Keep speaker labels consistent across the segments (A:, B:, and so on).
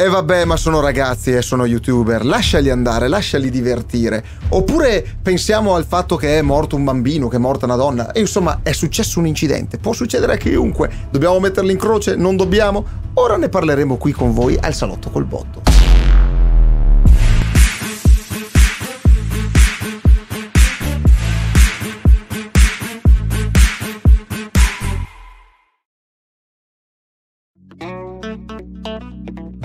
A: E vabbè, ma sono ragazzi e sono youtuber, lasciali andare, lasciali divertire. Oppure pensiamo al fatto che è morto un bambino, che è morta una donna. E insomma, è successo un incidente, può succedere a chiunque. Dobbiamo metterli in croce? Non dobbiamo? Ora ne parleremo qui con voi al salotto col botto.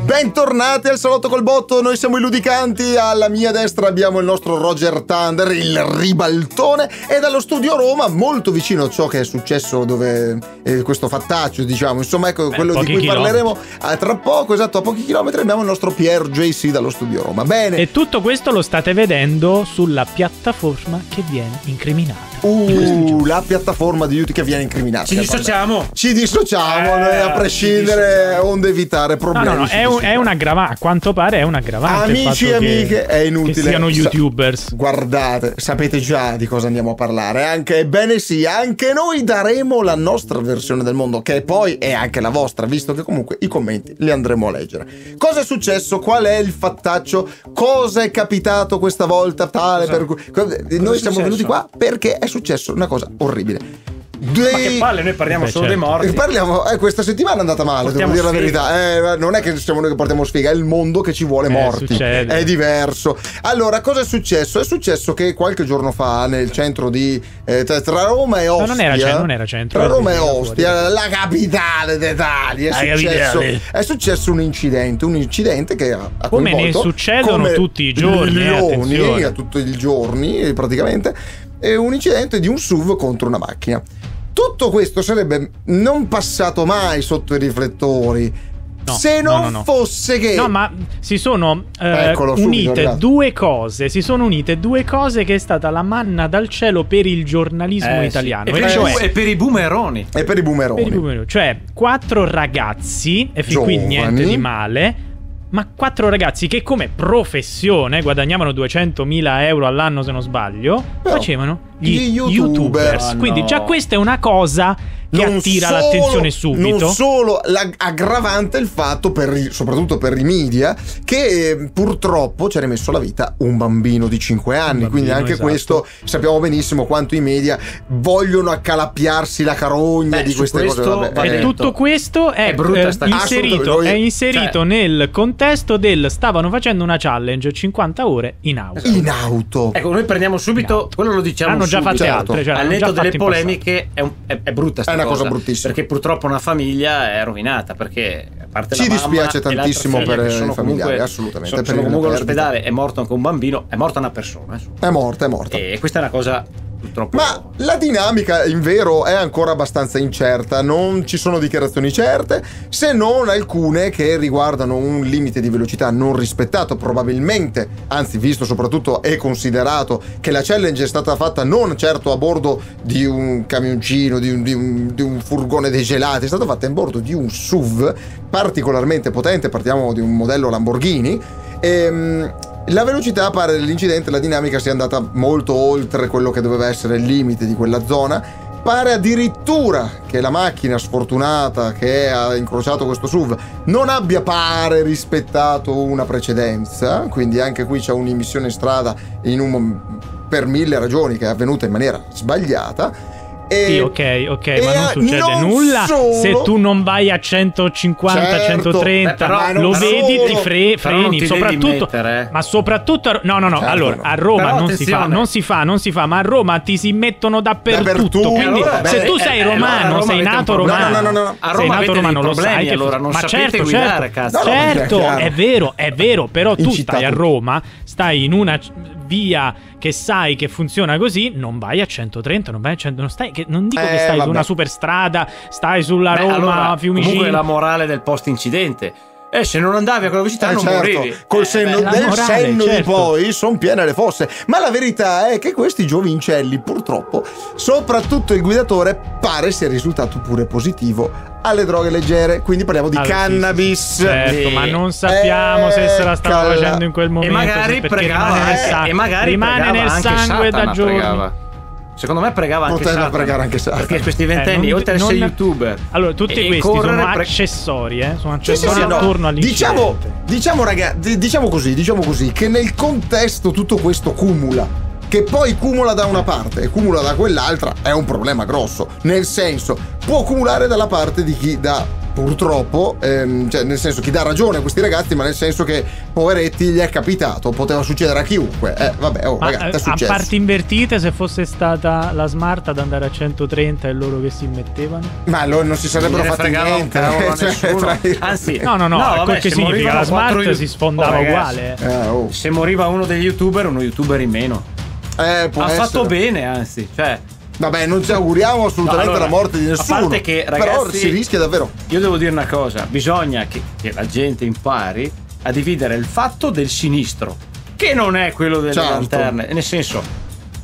A: Bentornati al Salotto col Botto, noi siamo i Ludicanti, alla mia destra abbiamo il nostro Roger Thunder, il ribaltone, e dallo studio Roma, molto vicino a ciò che è successo dove eh, questo fattaccio, diciamo, insomma ecco
B: Beh,
A: quello di
B: pochi
A: cui
B: chilometri.
A: parleremo ah, tra poco, esatto, a pochi chilometri abbiamo il nostro Pier JC dallo studio Roma. Bene,
B: E tutto questo lo state vedendo sulla piattaforma che viene incriminata. in questi giorni.
A: uh, la piattaforma di YouTube che viene incriminata.
C: Ci
A: Vabbè.
C: dissociamo.
A: Ci dissociamo,
C: Eh,
A: noi a
C: ci
A: prescindere,
C: dissociamo.
A: onde evitare
B: No,
A: problemi.
B: no, no,
A: ci
B: è, un- è
A: dissociamo.
B: un aggravante. A quanto pare è un aggravante. il
A: Amici e
B: fatto che-
A: amiche, è inutile.
B: Che siano
A: Sa-
B: youtubers.
A: Guardate, sapete già di cosa andiamo a parlare. Anche, ebbene sì, anche noi daremo la nostra versione del mondo, che poi è anche la vostra, visto che comunque i commenti li andremo a leggere. Cosa è successo? Qual è il fattaccio? Cosa è capitato questa volta? Tale
C: Cosa-
A: per cui. co- Noi siamo
C: successo?
A: venuti qua perché è successo una cosa orribile. Dei-
C: Ma che palle, noi parliamo
B: Beh,
C: solo
B: certo.
C: dei morti.
A: Parliamo, eh, questa settimana è andata male,
C: Portiamo
A: devo dire
C: sfiga.
A: la verità. Eh, non è che siamo noi che portiamo sfiga, è il mondo che ci vuole
B: Eh,
A: morti.
B: succede.
A: È diverso. Allora, cosa è successo? È successo che qualche giorno fa nel centro di. eh, tra, tra Roma e Ostia.
B: non era cen- non era centro, eh,
A: Tra
B: era
A: Roma e
B: fuori.
A: Ostia, la capitale d'Italia. È
C: La
A: successo,
C: capitale.
A: è successo un incidente. Un incidente che ha, ha
B: Come ne
A: coinvolto-
B: succedono
A: come
B: tutti i giorni, eh,
A: Milioni,
B: attenzione.
A: a tutti i giorni, eh, praticamente. È un incidente di un SUV contro una macchina. Tutto questo sarebbe non passato mai sotto i riflettori.
B: No,
A: se
B: no,
A: non
B: no, no.
A: fosse che
B: No, ma si sono eh,
A: Eccolo, subito è
B: unite
A: arrivato.
B: due cose. Si sono unite due cose che è stata la manna dal cielo per il giornalismo italiano.
C: Eh E per,
B: E
C: i
A: cioè-
C: bu- e per i boomeroni.
A: è per i boomeroni.
B: Per il pubblico, Cioè, quattro ragazzi, e fin qui
A: Giovani.
B: niente di male, ma quattro ragazzi che come professione guadagnavano 200.000 euro all'anno se non sbaglio,
A: Però,
B: facevano gli,
A: gli youtuber.
B: youtubers.
C: Ah, no.
B: Quindi già questa è una cosa che
A: Non
B: attira
A: solo-
B: l'attenzione subito.
A: Non solo la- aggravante il fatto, per i- soprattutto per i media, che eh, purtroppo ci ha rimesso la vita un bambino di 5 anni.
B: bambino,
A: Quindi anche
B: esatto.
A: questo sappiamo benissimo quanto i media vogliono accalappiarsi la carogna
C: Beh,
A: di
C: su
A: queste cose.
C: questo
A: Vabbè,
C: va
B: E
A: eh,
C: detto.
B: tutto questo è,
C: È brutta
B: eh,
C: sta cosa.
B: inserito,
A: Assolutamente,
B: è
A: noi-
B: inserito
C: cioè-
B: nel contesto del stavano facendo una challenge 50 ore in auto.
A: In auto.
C: Ecco, noi prendiamo subito, quello lo diciamo
B: Hanno già
C: subito.
B: fatte
A: certo.
B: altre, cioè
C: Al
B: l'hanno
C: netto
B: già
C: delle
B: fatte in passato.
C: polemiche è, un- è- è brutta sta
A: È una cosa bruttissima.
C: Perché purtroppo una famiglia è rovinata perché a parte
A: Ci
C: la mamma
A: dispiace
C: e l'altra
A: tantissimo
C: figlia,
A: per
C: che
A: i
C: sono
A: familiari,
C: comunque-
A: assolutamente,
C: Sono,
A: per
C: sono
A: una
C: comunque
A: perdita.
C: all'ospedale, è morto anche un bambino, è morta una persona. insomma.
A: È morta, è morta.
C: E questa è una cosa purtroppo
A: Esatto. Ma la dinamica, in vero, è ancora abbastanza incerta, non ci sono dichiarazioni certe, se non alcune che riguardano un limite di velocità non rispettato, probabilmente, anzi visto soprattutto e considerato che la challenge è stata fatta non certo a bordo di un camioncino, di un, di un- di un furgone dei gelati, è stata fatta a bordo di un SUV particolarmente potente, partiamo di un modello Lamborghini, Ehm, la velocità pare dell'incidente, la dinamica sia andata molto oltre quello che doveva essere il limite di quella zona. Pare addirittura che la macchina sfortunata che ha incrociato questo SUV non abbia pare rispettato una precedenza, quindi anche qui c'è un'immissione in strada in un mom- per mille ragioni che è avvenuta in maniera sbagliata. E
B: Sì, ok, ok,
A: e
B: ma non
A: a-
B: succede
A: non
B: nulla
A: solo-
B: se tu non vai a 150,
A: Certo.
B: 130,
C: Beh, però-
B: lo
C: però-
B: vedi, ti fre-
C: però non
B: freni,
C: ti
B: soprattutto
C: devi mettere, eh.
B: ma soprattutto a- no, no, no,
A: Certo,
B: allora
A: no.
B: a Roma
C: Però
B: non si fa,
C: attenzione.
B: non si fa, non si fa, ma a Roma ti si mettono dappertutto,
A: Dappertutto.
B: quindi
A: Eh, allora,
B: se
A: beh,
B: tu
A: eh,
B: sei
C: eh, allora a
B: romano,
C: Roma
B: sei
C: avete un
B: nato
C: problema.
B: romano.
A: No, no, no, no.
C: A
B: sei
C: Roma
B: nato
C: avete dei
B: romano, lo sai
C: problemi,
B: che
C: allora non
B: ma
C: sapete
B: certo,
C: guidare,
B: certo.
C: cazzo.
A: No, no, ma è
B: certo,
A: chiaro.
B: è vero, è vero, però tu
A: In città
B: stai a
A: tu-
B: Roma, stai in una c- via che sai che funziona così, non vai a 130, non vai a 100, non stai che- non dico
A: Eh,
B: che stai
A: vabbè.
B: su una superstrada, stai sulla
C: Beh,
B: Roma,
C: allora,
B: Fiumicino.
C: Comunque la morale del post incidente. Eh, se non andavi a quella velocità
A: Eh,
C: non
A: certo,
C: morivi.
A: col
C: Eh,
A: senno,
C: beh,
B: la
A: del
B: morale,
A: senno di
B: certo.
A: poi sono piene le fosse. Ma la verità è che questi giovincelli, purtroppo, soprattutto il guidatore, pare sia risultato pure positivo alle droghe leggere. Quindi parliamo di
B: Ah, sì,
A: cannabis. Eh,
B: Certo,
C: Sì. Eh,
B: ma non sappiamo se se la stava
A: Eccola.
B: facendo in quel momento.
C: magari
B: perché
C: pregava
B: rimane nel
C: anche-
B: sangue,
C: e magari
B: rimane
C: pregava
B: nel
C: anche
B: sangue da
C: Satana,
B: giorni.
C: pregava. Secondo me pregava anche
A: Poteva
C: Satana.
A: pregare anche Satana.
C: Perché questi ventenni,
B: Eh, non-
C: oltre ad essere
B: non-
C: youtuber,
B: Allora, tutti
C: e
B: questi
C: correre,
B: sono
C: pre-
B: accessori, eh? Sono
A: Sì, sì,
B: accessori
A: sì, no.
B: attorno all'incidente.
A: Diciamo, diciamo, raga, di- diciamo così, diciamo così, che nel contesto tutto questo cumula. Che poi cumula da una parte e cumula da quell'altra è un problema grosso. Nel senso, può cumulare dalla parte di chi dà, purtroppo, ehm, cioè nel senso chi dà ragione a questi ragazzi, ma nel senso che, poveretti, gli è capitato, poteva succedere a chiunque. Eh, vabbè, oh,
B: Ma,
A: raga,
B: eh,
A: è
B: a
A: successo.
B: parti invertite, se fosse stata la smart ad andare a 130 e loro che si mettevano?
A: Ma allora non si sarebbero
C: Non gliene
A: fatti
C: fregava un
A: niente.
C: cavolo
A: eh,
C: a nessuno. Anzi,
B: No, no, no,
C: No,
B: quel
C: vabbè,
B: che
C: se
B: significa
C: morivano
B: la smart
C: quattro-
B: si sfondava
C: Oh, ragazzi.
B: uguale. eh.
A: eh, oh.
C: se moriva uno degli youtuber, uno youtuber in meno.
A: Eh, può
C: ha
A: essere.
C: fatto bene, anzi. Cioè,
A: Vabbè, non ci auguriamo assolutamente
C: No, allora,
A: la morte di
C: a
A: nessuno.
C: parte che,
A: però
C: ragazzi- eh,
A: si rischia davvero.
C: io devo dire una cosa: bisogna che, che la gente impari a dividere il fatto del sinistro, che non è quello delle
A: Certo.
C: lanterne. Nel senso,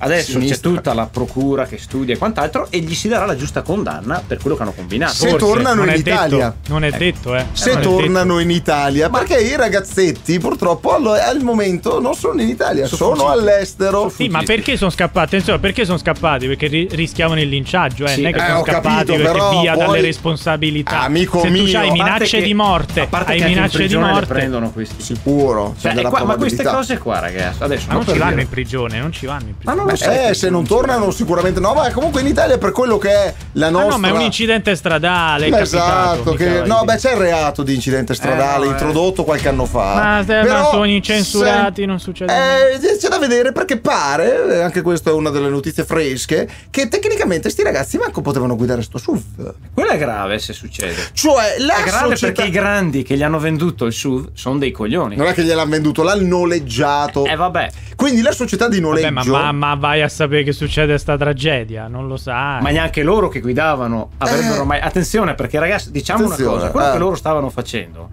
C: adesso
A: Sinistra.
C: c'è tutta la procura che studia e quant'altro, e gli si darà la giusta condanna per quello che hanno combinato.
A: Se
B: Forse,
A: tornano
B: non
A: in
B: è
A: Italia.
B: detto, non è
C: Ecco.
B: detto, eh.
A: Se
B: Non è
A: tornano in Italia,
C: Ma-
A: perché i ragazzetti purtroppo allo- al momento non sono in Italia, sono,
C: Sono fuggiti.
A: all'estero.
C: Sono
B: Sì, ma
C: fuggiti.
B: perché sono scappati? Insomma, perché sono scappati? Perché ri- rischiavano il linciaggio, eh?
C: Sì.
B: non è che
C: Eh,
B: sono
A: ho
B: scappati
A: capito,
B: perché
A: però
B: via
A: poi-
B: dalle responsabilità.
A: Amico
B: Se tu
A: mio,
B: hai
A: a
C: A parte
B: minacce
C: che-
B: di morte,
C: a parte
B: hai
C: che anche in
B: minacce di
C: prigione le
B: morte.
C: prendono questi.
A: Sicuro. c'è
C: Cioè,
A: della
C: e qua- ma queste
A: probabilità.
C: cose qua, ragazzi, adesso
B: Ma non
A: per
B: ci vanno
A: dire.
B: in prigione, non ci vanno in
C: Ma
B: prigione.
C: non lo sai
A: Eh,
C: che-
A: se non tornano sicuramente no, ma comunque in Italia per quello che è la
B: Ah,
A: nostra...
B: no, ma è un incidente stradale. è
A: Ma
B: capitato,
A: esatto,
B: mica
A: che,
B: vai
A: no,
B: lì.
A: beh, c'è il reato di incidente stradale
C: Eh, no, eh.
A: introdotto qualche anno fa.
B: Ma, eh, ma
A: Però
B: sono incensurati, non succede
A: Eh, c'è da vedere perché pare, eh, anche questa è una delle notizie fresche, che tecnicamente sti ragazzi manco potevano guidare sto SUV.
C: Quello è grave se succede.
A: Cioè, la
C: È grave
A: società-
C: perché i grandi che gli hanno venduto il SUV sono dei coglioni.
A: Non è che gliel'hanno venduto, l'hanno noleggiato.
C: Eh vabbè,
A: Quindi la società di
B: Vabbè,
A: noleggio...
B: ma, ma- ma vai a sapere che succede sta tragedia, non lo sai.
C: ma neanche loro che guidavano avrebbero
A: Eh.
C: mai. Attenzione, perché ragazzi, diciamo
A: Attenzione,
C: una cosa: quello
A: eh.
C: che loro stavano facendo.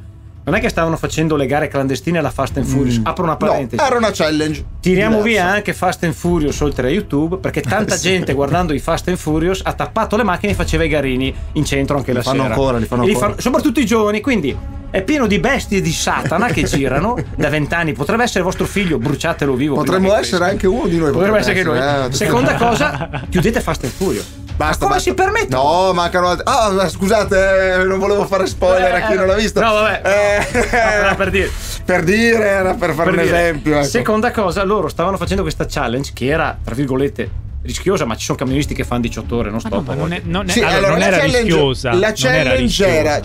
C: Non è che stavano facendo le gare clandestine alla Fast and Furious. Apro una
A: Mm. No,
C: parentesi.
A: era una challenge.
C: Tiriamo
A: diversa.
C: via anche Fast and Furious oltre a YouTube perché tanta
A: Sì.
C: gente guardando i Fast and Furious ha tappato le macchine e faceva i garini in centro anche
A: Li
C: la
A: fanno
C: sera.
A: ancora, li fanno
C: E
A: ancora.
C: soprattutto i giovani, quindi è pieno di bestie di Satana che girano da vent'anni. Potrebbe essere vostro figlio, bruciatelo vivo. prima
A: Potremmo
C: che
A: essere
C: cresca.
A: anche uno di noi.
C: Potrebbe essere che noi.
A: eh,
C: Seconda cosa, chiudete Fast and Furious.
A: Basta,
C: Ma come
A: basta.
C: si permette?
A: No, mancano altri. Ah, ma scusate, eh, non volevo fare spoiler a chi non l'ha visto.
C: No, vabbè.
A: Eh,
C: Era per dire.
A: per dire, era per fare un
C: Per dire,
A: esempio. ecco.
C: Seconda cosa, loro stavano facendo questa challenge che era, tra virgolette, rischiosa, ma ci sono camionisti che fanno 18 ore, non
B: Ma no,
C: stop.
B: ma
C: a
B: non,
C: volte.
B: è, non, è-
A: Sì,
B: allora, non
A: la
B: era
A: challenge-
B: rischiosa.
A: La
B: non era
A: challenge
B: rischiosa, non
A: era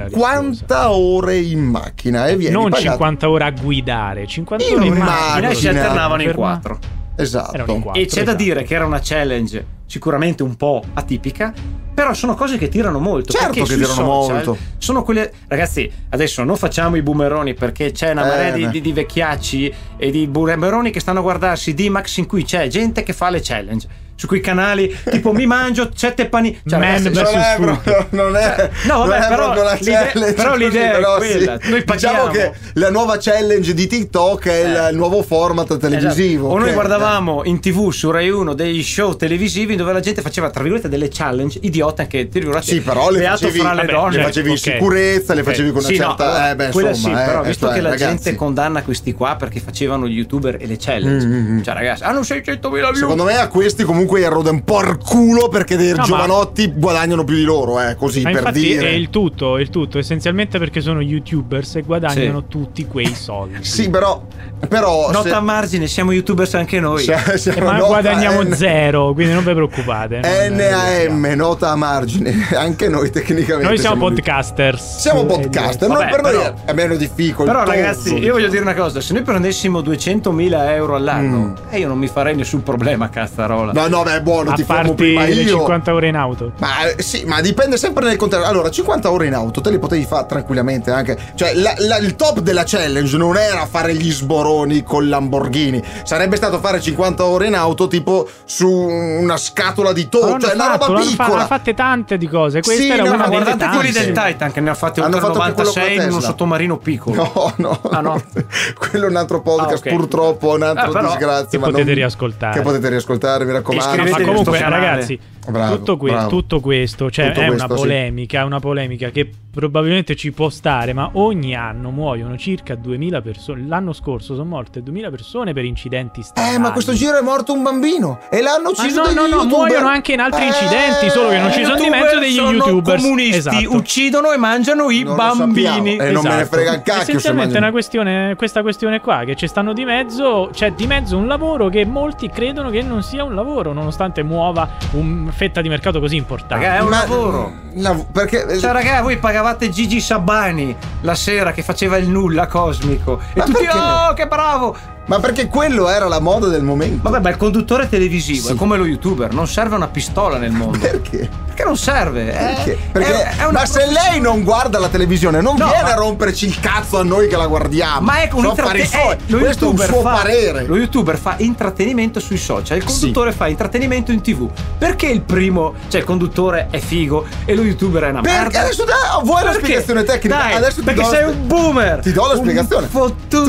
B: era
A: 50 ore in macchina e
B: rischiosa.
A: vieni
B: Non
A: pagato.
B: 50 ore a guidare, 50
A: Io
B: ore in
A: immagino.
B: macchina.
C: Noi si
A: Ordinario.
C: alternavano in
B: Ferma-
C: quattro.
B: Erano in
A: Esatto.
B: quattro.
C: E c'è da
B: esatto.
C: dire che era una challenge sicuramente un po' atipica, però sono cose che tirano molto.
A: Certo
C: perché
A: che
C: sui
A: tirano
C: social
A: molto.
C: Sono quelle. Ragazzi, adesso non facciamo i boomeroni perché c'è una
A: Eh,
C: marea
A: beh.
C: di, di- di vecchiacci e di boomeroni che stanno a guardarsi D-Max in cui c'è gente che fa le challenge. Su quei canali tipo mi mangio sette panini.
B: Man
C: ragazzi, cioè, esatto.
B: versus
A: Eh, Non è,
B: Sul
A: proprio, non è,
C: No, vabbè,
A: non è
C: però
A: proprio la
C: l'idea-
A: challenge
C: però
A: così,
C: l'idea è
A: però
C: quella.
A: diciamo
C: Noi paghiamo.
A: che la nuova challenge di TikTok è
C: Eh.
A: il nuovo format televisivo.
C: Esatto. O
A: che-
C: noi guardavamo in tv su Rai 1 degli show televisivi dove la gente faceva tra virgolette delle challenge idiote anche tra virgolette
A: Sì, però le
C: beato
A: facevi,
C: fra le
B: vabbè,
C: donne.
A: le facevi in
B: Ok.
A: sicurezza, le facevi con una
C: Sì, no,
A: certa.
C: allora,
A: eh, beh,
C: quella
A: insomma,
C: sì,
A: eh,
C: però
A: eh,
C: visto
A: cioè,
C: che la
A: ragazzi,
C: gente condanna questi qua perché facevano gli youtuber e le challenge,
A: Mm, mm,
C: cioè ragazzi, hanno 600.000 view.
A: Secondo me a questi comunque gli roda un po' il culo perché dei
B: No, ma-
A: giovanotti guadagnano più di loro, eh, così
B: Ma
A: per
B: infatti
A: dire.
B: è il tutto, è il tutto, essenzialmente perché sono youtubers e guadagnano
C: Sì.
B: tutti quei soldi.
A: Sì, però. però
C: Nota a margine, siamo youtubers anche noi.
A: se- se-
B: Eh, ma
A: nota
B: guadagniamo
A: N-
B: zero, quindi non vi preoccupate. non-
A: NAM, nota a margine. Anche noi tecnicamente.
B: Noi siamo
A: lì.
B: podcasters.
A: Siamo
B: Eh,
A: podcaster,
C: vabbè,
A: noi- per noi
C: però-
A: è meno difficoltoso.
C: Però ragazzi, io voglio dire una cosa, se noi prendessimo 200.000 euro all'anno, eh, io non mi farei nessun problema, cazzarola.
A: Mm. No, no, beh, è buono,
B: A
A: ti fermo
B: parte
A: prima
B: le
A: io.
B: 50 ore in auto.
A: Ma eh, sì, ma dipende sempre dal contesto. Allora, 50 ore in auto te le potevi fare tranquillamente anche. Cioè, la- la- il top della challenge non era fare gli sboroni con Lamborghini, sarebbe stato fare 50 ore in auto tipo su una scatola di
B: Ma
A: toro,
B: l'hanno
A: cioè una
B: fatto,
A: roba
B: l'hanno fa- l'hanno
A: piccola.
B: fatte tante di cose. Questa
A: Sì,
B: era
A: no,
B: una
A: ma
C: Ma
B: delle
C: guardate
B: tante.
C: quelli del
A: tante.
C: Titan che ne ha fatti
A: Hanno
C: oltre
A: fatto anche quello con la
C: 96 in uno
A: Tesla.
C: sottomarino piccolo.
A: No, no,
C: Ah, no?
A: quello è un altro podcast,
C: Ah, ok.
A: purtroppo, è un altro
C: Eh, però,
A: disgrazia.
B: che
A: ma
B: potete
A: non-
B: riascoltare.
A: Che potete riascoltare, mi raccomando. iscrivetevi
B: Ma
A: Vedete questo
B: comunque,
A: canale.
B: ragazzi,
A: Bravo,
B: tutto, que-
A: bravo.
B: tutto questo, cioè,
A: Tutto
B: è
A: questo,
B: una
A: sì.
B: polemica, è una polemica che probabilmente ci può stare, ma ogni anno muoiono circa 2000 persone. L'anno scorso sono morte 2000 persone per incidenti stradali.
A: Eh, ma questo giro è morto un bambino e l'hanno
B: Ah. Ma
A: ucciso
B: no,
A: degli
B: no, no,
A: youtuber.
B: muoiono anche in altri
A: Eh,
B: incidenti, solo che non ci sono di mezzo degli
C: sono
B: youtubers.
C: comunisti,
B: Esatto.
C: uccidono e mangiano i
A: Non lo
C: bambini. Esatto.
A: sappiamo. Eh, non me ne frega un cacchio se
B: Essenzialmente è
A: mangiano.
B: una questione, questa questione qua che ci stanno di mezzo, c'è di mezzo un lavoro che molti credono che non sia un lavoro, nonostante muova una fetta di mercato così importante.
C: Raga, è un
A: Ma-
C: lavoro.
A: lav- perché eh,
C: Cioè, raga, voi pagavate Gigi Sabani la sera che faceva il nulla cosmico. E
A: Ma
C: tutti,
A: perché?
C: oh, che bravo!
A: ma perché quello era la moda del momento.
C: Vabbè, ma il conduttore televisivo
A: Sì.
C: è come lo youtuber, non serve una pistola nel mondo.
A: Perché?
C: Perché non serve? eh,
A: Perché?
C: è-
A: Perché-
C: è una
A: ma se
C: professione.
A: lei non guarda la televisione, non
C: No,
A: viene
C: ma-
A: a romperci il cazzo a noi che la guardiamo.
C: Ma è un eh,
A: Sono affari
C: intrattenimento.
A: suoi. Questo è un suo parere.
C: Lo youtuber fa intrattenimento sui social, il
A: Sì.
C: conduttore fa intrattenimento in tv. Perché il primo, cioè il conduttore è figo e lo youtuber è una
A: Perché
C: merda?
A: adesso da, vuoi la
C: Perché?
A: spiegazione tecnica?
C: Dai,
A: Adesso ti
C: perché
A: do la
C: sei
A: spie-
C: un boomer.
A: Ti do la
C: Certo. Un
A: spiegazione.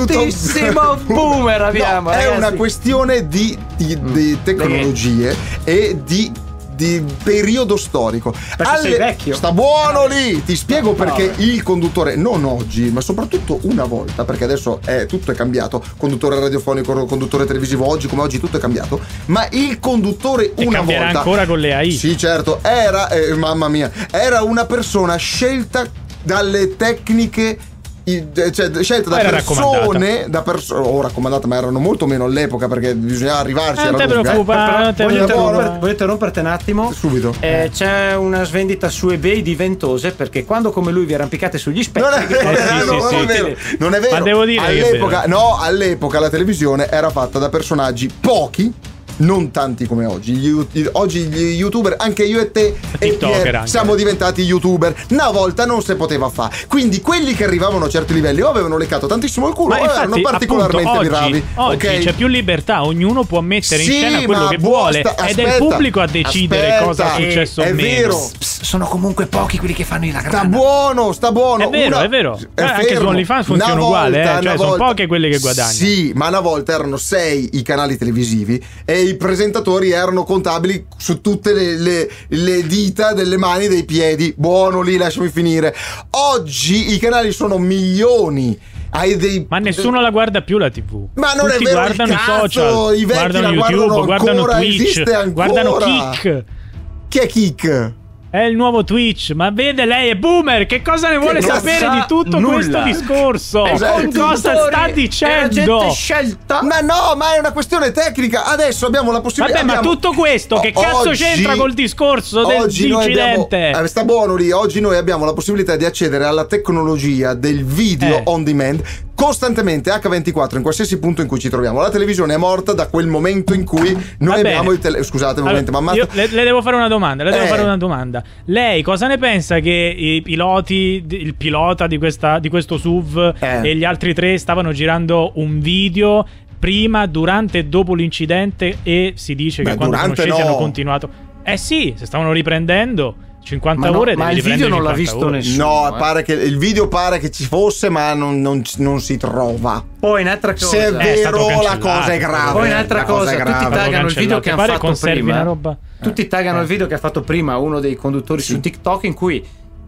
C: fottutissimo
A: Tutto-
C: boomer abbiamo,
A: No, è
C: ragazzi.
A: una questione di, di- di tecnologie e di, di periodo storico.
C: Perché sei vecchio.
A: Sta buono lì. Ti spiego perché
C: vabbè.
A: il conduttore, non oggi, ma soprattutto una volta, perché adesso è- tutto è cambiato. Conduttore radiofonico, conduttore televisivo, oggi come oggi tutto è cambiato. Ma il conduttore
B: E
A: una
B: cambierà
A: volta.
B: ancora con le AI.
A: Sì, certo, era, eh, mamma mia, era una persona scelta dalle tecniche. i- Cioè, scelta da
B: Era
A: persone, da perso- o raccomandata, ma erano molto meno all'epoca perché bisognava arrivarci.
B: Eh, non
A: era
B: te
A: lunga, eh.
B: preoccupare.
C: Però
B: Ah, te
C: voglio,
A: lo dico.
C: interromper- voglio interromperti un attimo.
A: Subito.
C: Eh, c'è una svendita su eBay di ventose perché quando come lui vi arrampicate sugli specchi,
A: Non è vero,
B: Eh, sì,
A: no,
B: sì,
A: non
B: sì.
A: è vero, non è vero.
B: Ma devo dire che è
A: all'epoca, no, all'epoca la televisione era fatta da personaggi pochi. Non tanti come oggi. Gli you- gli- oggi gli youtuber, anche io e te, e
B: TikToker
A: Pier,
B: anche.
A: siamo diventati youtuber. Una volta non si poteva fare. Quindi quelli che arrivavano a certi livelli o avevano leccato tantissimo il culo
B: Ma
A: o erano
B: infatti,
A: Eh, particolarmente
B: appunto, oggi,
A: bravi.
B: oggi
A: ok?
B: c'è più libertà, ognuno può mettere
A: Sì,
B: in scena quello
A: ma
B: che
A: basta,
B: vuole ed è
A: aspetta,
B: il pubblico a decidere
A: aspetta,
B: cosa è
A: eh,
B: successo
A: è
B: o meno.
A: vero.
C: Psst, sono comunque pochi quelli che fanno i
A: Sta
C: lagrana.
A: buono, sta buono.
B: È vero,
A: Una-
B: è vero.
A: È
B: Eh, anche
A: fermo.
B: su OnlyFans funziona
A: Una
B: uguale,
A: volta,
B: eh, cioè,
A: una
B: sono
A: volta-
B: poche quelle che guadagnano.
A: Sì, ma una volta erano sei i canali televisivi e i presentatori erano contabili su tutte le, le- le dita delle mani e dei piedi. Buono lì, lasciami finire. Oggi i canali sono milioni. Hai dei
B: Ma nessuno la guarda più la TV.
A: Ma non
B: Tutti
A: è vero il
B: guardano
A: cazzo,
B: i social,
A: i vecchi
B: guardano
A: la
B: YouTube,
A: guardano
B: guardano
A: ancora, esiste
B: Twitch,
A: ancora.
B: guardano Kick.
A: Chi è Kick?
B: È il nuovo Twitch, ma vede lei è boomer, che cosa ne vuole
A: non
B: sapere
C: sa
B: di tutto
C: nulla.
B: questo discorso?
A: Esatto.
B: Eh, Cosa sta
C: È la
B: dicendo?
C: gente scelta.
A: Ma no, ma è una questione tecnica. Adesso abbiamo la possibilità.
B: Vabbè, ma
A: abbiamo-
B: tutto questo che cazzo c'entra col discorso del-
A: oggi noi
B: dell'incidente?
A: abbiamo- eh, sta buono lì. Oggi noi abbiamo la possibilità di accedere alla tecnologia del video
B: Eh.
A: on demand costantemente H24 in qualsiasi punto in cui ci troviamo. La televisione è morta da quel momento in cui noi
B: Va bene.
A: abbiamo il tele- scusate, un
B: Allora,
A: momento, ma ammazza-
B: io le, le devo fare una domanda. Le devo
A: Eh.
B: fare una domanda. Lei cosa ne pensa che i piloti, di- il pilota di, questa, di questo SUV
A: Eh.
B: e gli altri tre stavano girando un video prima, durante e dopo l'incidente? E si dice
A: Beh,
B: che quando sono
A: durante
B: scesi
A: no.
B: hanno continuato. Eh sì, se stavano riprendendo 50
C: Ma no,
B: ore.
C: ma
B: devi
C: il video
B: riprendere
C: non l'ha
B: 50
C: visto
B: ore.
C: nessuno.
A: No,
C: eh.
A: pare che il video pare che ci fosse, ma non, non- non si trova.
C: Poi un'altra cosa.
A: Se è
B: Eh, è stato
A: vero, la
B: cancellato.
A: cosa è grave.
C: Poi un'altra
A: la cosa
C: cosa,
A: è
C: tutti
A: grave.
B: L'avevo
C: taggano il video
B: cancellato.
C: che hanno
B: Pare
C: fatto
B: conservi
C: prima.
B: una roba.
C: Tutti taggano
B: Eh.
C: il video che ha fatto prima uno dei conduttori
A: Sì.
C: su TikTok in cui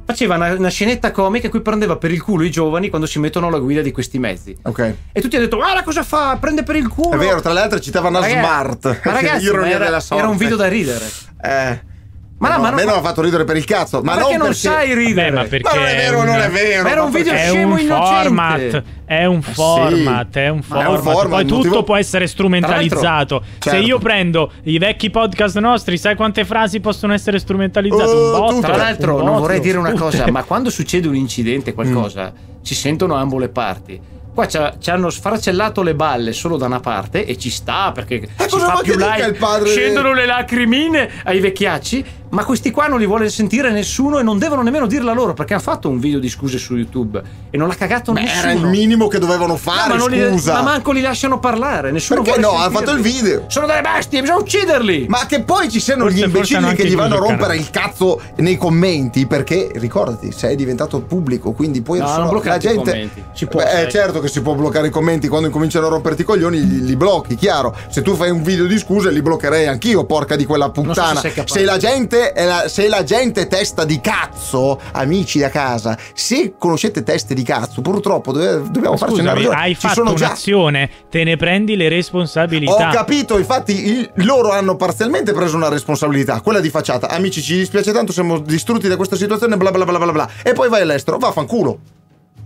C: faceva una, una scenetta comica in cui prendeva per il culo i giovani quando si mettono alla guida di questi mezzi.
A: Ok.
C: E tutti hanno detto, guarda cosa fa, prende per il culo.
A: È vero, tra l'altro citava una
C: Ragazzi-
A: smart.
C: Ma ragazzi,
A: Ironia
C: ma era,
A: della sorte.
C: era un video da ridere.
A: Eh.
C: Ma
A: Ma
C: no,
A: no,
C: ma
A: a
C: non
A: me
C: fa-
A: non ha fatto ridere per il cazzo. Ma
C: Ma perché non
A: perché-
C: sai ridere?
B: Beh, ma perché
A: Ma non è vero,
B: un-
A: non è vero.
C: Ma era
A: ma
C: un video
A: perché-
B: È
C: scemo
B: un
C: innocente.
B: format, è un format, è un
A: ma è
B: format.
A: un format,
B: Poi
A: il
B: tutto
A: motivo-
B: può essere strumentalizzato.
A: Tra l'altro,
B: Se io
A: certo.
B: prendo i vecchi podcast nostri, sai quante frasi possono essere strumentalizzate?
A: Oh,
B: un botto.
A: tutte.
C: Tra l'altro,
B: un
C: non
B: botto,
C: vorrei dire una
B: tutte.
C: cosa, ma quando succede un incidente, qualcosa,
B: Mm.
C: ci sentono ambo le parti. Qua c'ha- ci hanno sfracellato le balle solo da una parte e ci sta perché si
A: Eh, cosa
C: fa
A: vuoi
C: più
A: che dica
C: live.
A: il padre?
C: Scendono le lacrimine ai vecchiacci, ma questi qua non li vuole sentire nessuno e non devono nemmeno dirla loro perché hanno fatto un video di scuse su YouTube e non l'ha cagato
A: Beh,
C: nessuno.
A: era il minimo che dovevano
C: No,
A: fare,
C: ma, non li-
A: scusa.
C: ma manco li lasciano parlare, nessuno
A: Perché no?
C: vuole
A: Hanno fatto il
C: sentirli.
A: video.
C: Sono delle bestie, bisogna ucciderli.
A: Ma che poi ci siano
B: Forse-
A: gli
B: forse
A: imbecilli
B: hanno anche
A: che gli vanno a
B: chiuso il
A: rompere
B: canale.
A: il cazzo nei commenti, perché ricordati, sei diventato pubblico, quindi poi
C: No,
A: sono-
C: non bloccate
A: la
C: i
A: gente...
C: commenti, ci può,
A: Beh,
C: sai.
A: è certo che si può bloccare i commenti, quando cominciano a romperti i coglioni li, li blocchi, chiaro. Se tu fai un video di scuse li bloccherei anch'io, porca di quella
C: so se
A: puttana.
C: sei capace.
A: la gente è la- se la gente è testa di cazzo, amici da casa, se conoscete teste di cazzo, purtroppo dove- dobbiamo farci una
B: Scusami,
A: ragione.
B: hai
A: Ci
B: fatto
A: sono già
B: un'azione, te ne prendi le
A: ho
B: responsabilità.
A: capito, infatti il- loro hanno parzialmente preso una responsabilità, quella di facciata. Amici, ci dispiace tanto, siamo distrutti da questa situazione, bla bla bla bla bla. E poi vai all'estero, vaffanculo.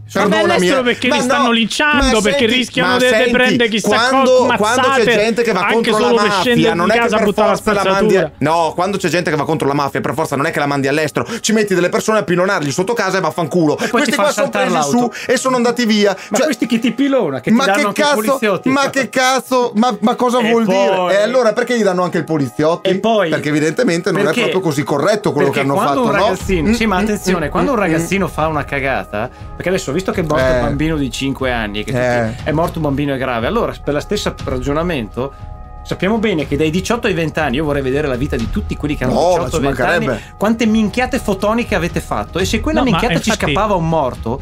B: Vabbè,
A: Perdonami,
B: all'estero
A: eh.
B: perché
A: Ma
B: li
A: no,
B: stanno
A: ma
B: linciando, perché
A: senti,
B: rischiano
A: ma
B: di
A: senti,
B: prendere chissà
A: quando,
B: cosa
A: quando c'è gente che va
B: anche
A: contro la
B: solo per
A: mafia,
B: scendere
A: non
B: di
A: è che
B: casa a
A: per
B: buttare la
A: forza la mandi
B: spazzatura.
A: No, quando c'è gente che va contro la mafia, per forza non è che la mandi all'estero, ci metti delle persone a pilonargli sotto casa e vaffanculo.
C: poi ti
A: Questi
C: fa
A: qua sono
C: saltare
A: presi su
C: l'auto.
A: e sono andati via.
C: Ma
A: Cioè,
C: questi che ti pilona, che ti
A: ma
C: danno
A: che
C: anche i
A: cazzo?
C: poliziotti.
A: Ma che cazzo? Ma, ma cosa
C: E
A: vuol
C: poi-
A: dire? E allora perché gli danno anche il poliziotto?
C: E poi,
A: perché evidentemente non
C: perché-
A: è proprio così corretto quello che
C: perché
A: hanno
C: quando
A: fatto.
C: Un
A: no?
C: ragazzino,
A: Mm,
C: sì, ma
A: mm,
C: attenzione,
A: mm,
C: quando un
A: mm,
C: ragazzino fa una cagata, perché adesso ho visto che è morto
A: Eh.
C: un bambino di 5 anni, che tutti-
A: Eh.
C: è morto un bambino è grave, allora per la stessa ragionamento sappiamo bene che dai 18 ai 20 anni io vorrei vedere la vita di tutti quelli che hanno
A: No, ma
C: 18
A: ci
C: 20 anni,
A: mancherebbe.
C: quante minchiate fotoniche avete fatto e se quella
B: No, ma
C: minchiata ci
B: infatti-
C: scappava un morto,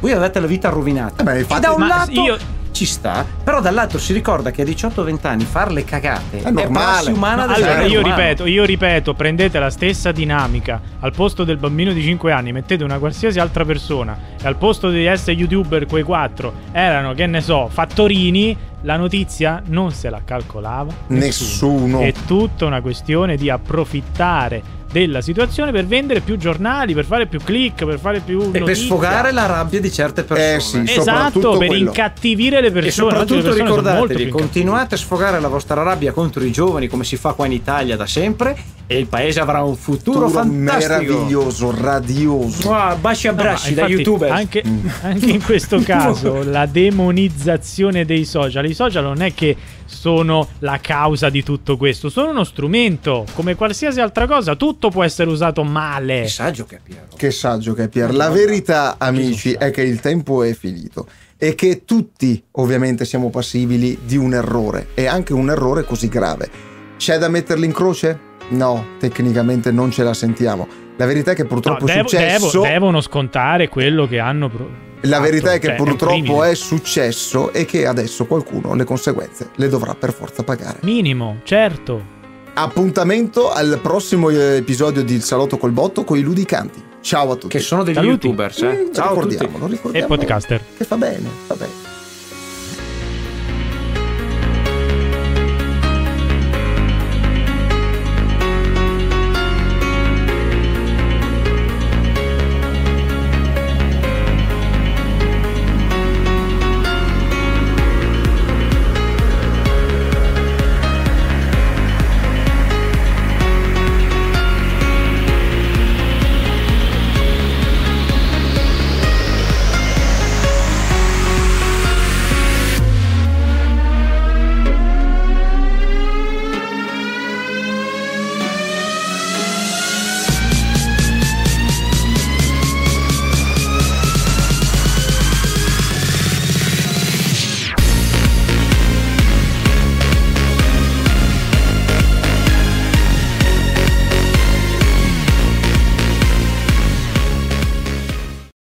C: voi avete la vita rovinata.
A: Eh beh,
C: E
A: infatti-
C: da un
B: Ma
C: lato
B: io-
C: ci sta, però dall'altro si ricorda che a 18-20 anni far le cagate è,
A: normale.
C: prassi umana
B: No,
C: del
B: allora,
C: genere
B: io
C: umano.
B: ripeto, io ripeto, prendete la stessa dinamica. Al posto del bambino di 5 anni, mettete una qualsiasi altra persona. E al posto di essere youtuber, quei quattro erano, che ne so, fattorini. La notizia non se la calcolava
A: Nessuno.
B: È tutta una questione di approfittare della situazione per vendere più giornali, per fare più click, per fare più.
C: E per
B: notizia.
C: sfogare la rabbia di certe persone.
A: Eh sì,
B: Esatto,
A: soprattutto
B: per
A: quello.
B: incattivire le persone. Oggi
C: E
B: le
C: soprattutto
B: persone sono molto più
C: ricordatevi,
B: incattivite.
C: continuate a sfogare la vostra rabbia contro i giovani come si fa qua in Italia da sempre e il paese avrà un futuro,
A: Futuro
C: fantastico.
A: meraviglioso, radioso.
C: Mua, baci e
B: No,
C: abbracci
B: ma
C: da
B: infatti
C: youtuber.
B: Anche, anche in questo caso la demonizzazione dei social. I social non è che sono la causa di tutto questo, sono uno strumento. Come qualsiasi altra cosa, tutto può essere usato male.
C: Che saggio che è Piero.
A: Che saggio che è Pier. La verità, amici, è che il tempo è finito e che tutti ovviamente siamo passibili di un errore e anche un errore così grave. C'è da metterli in croce? No, tecnicamente non ce la sentiamo. La verità è che
B: No,
A: purtroppo è
B: devo-
A: successo.
B: devo-
C: esatto,
B: devono scontare quello che hanno. pro-
A: La verità è
B: fatto,
A: che
B: cioè, un
A: purtroppo
B: crimine.
A: è successo e che adesso qualcuno le conseguenze le dovrà per forza pagare.
B: minimo, certo.
A: Appuntamento al prossimo eh, episodio di Il Salotto col Botto con i ludicanti. Ciao a tutti.
C: Che sono degli
B: Saluti.
C: youtubers. Eh.
A: Mm,
C: Ciao a tutti.
A: ricordiamolo, ricordiamolo
B: E podcaster.
A: Che fa bene, fa bene.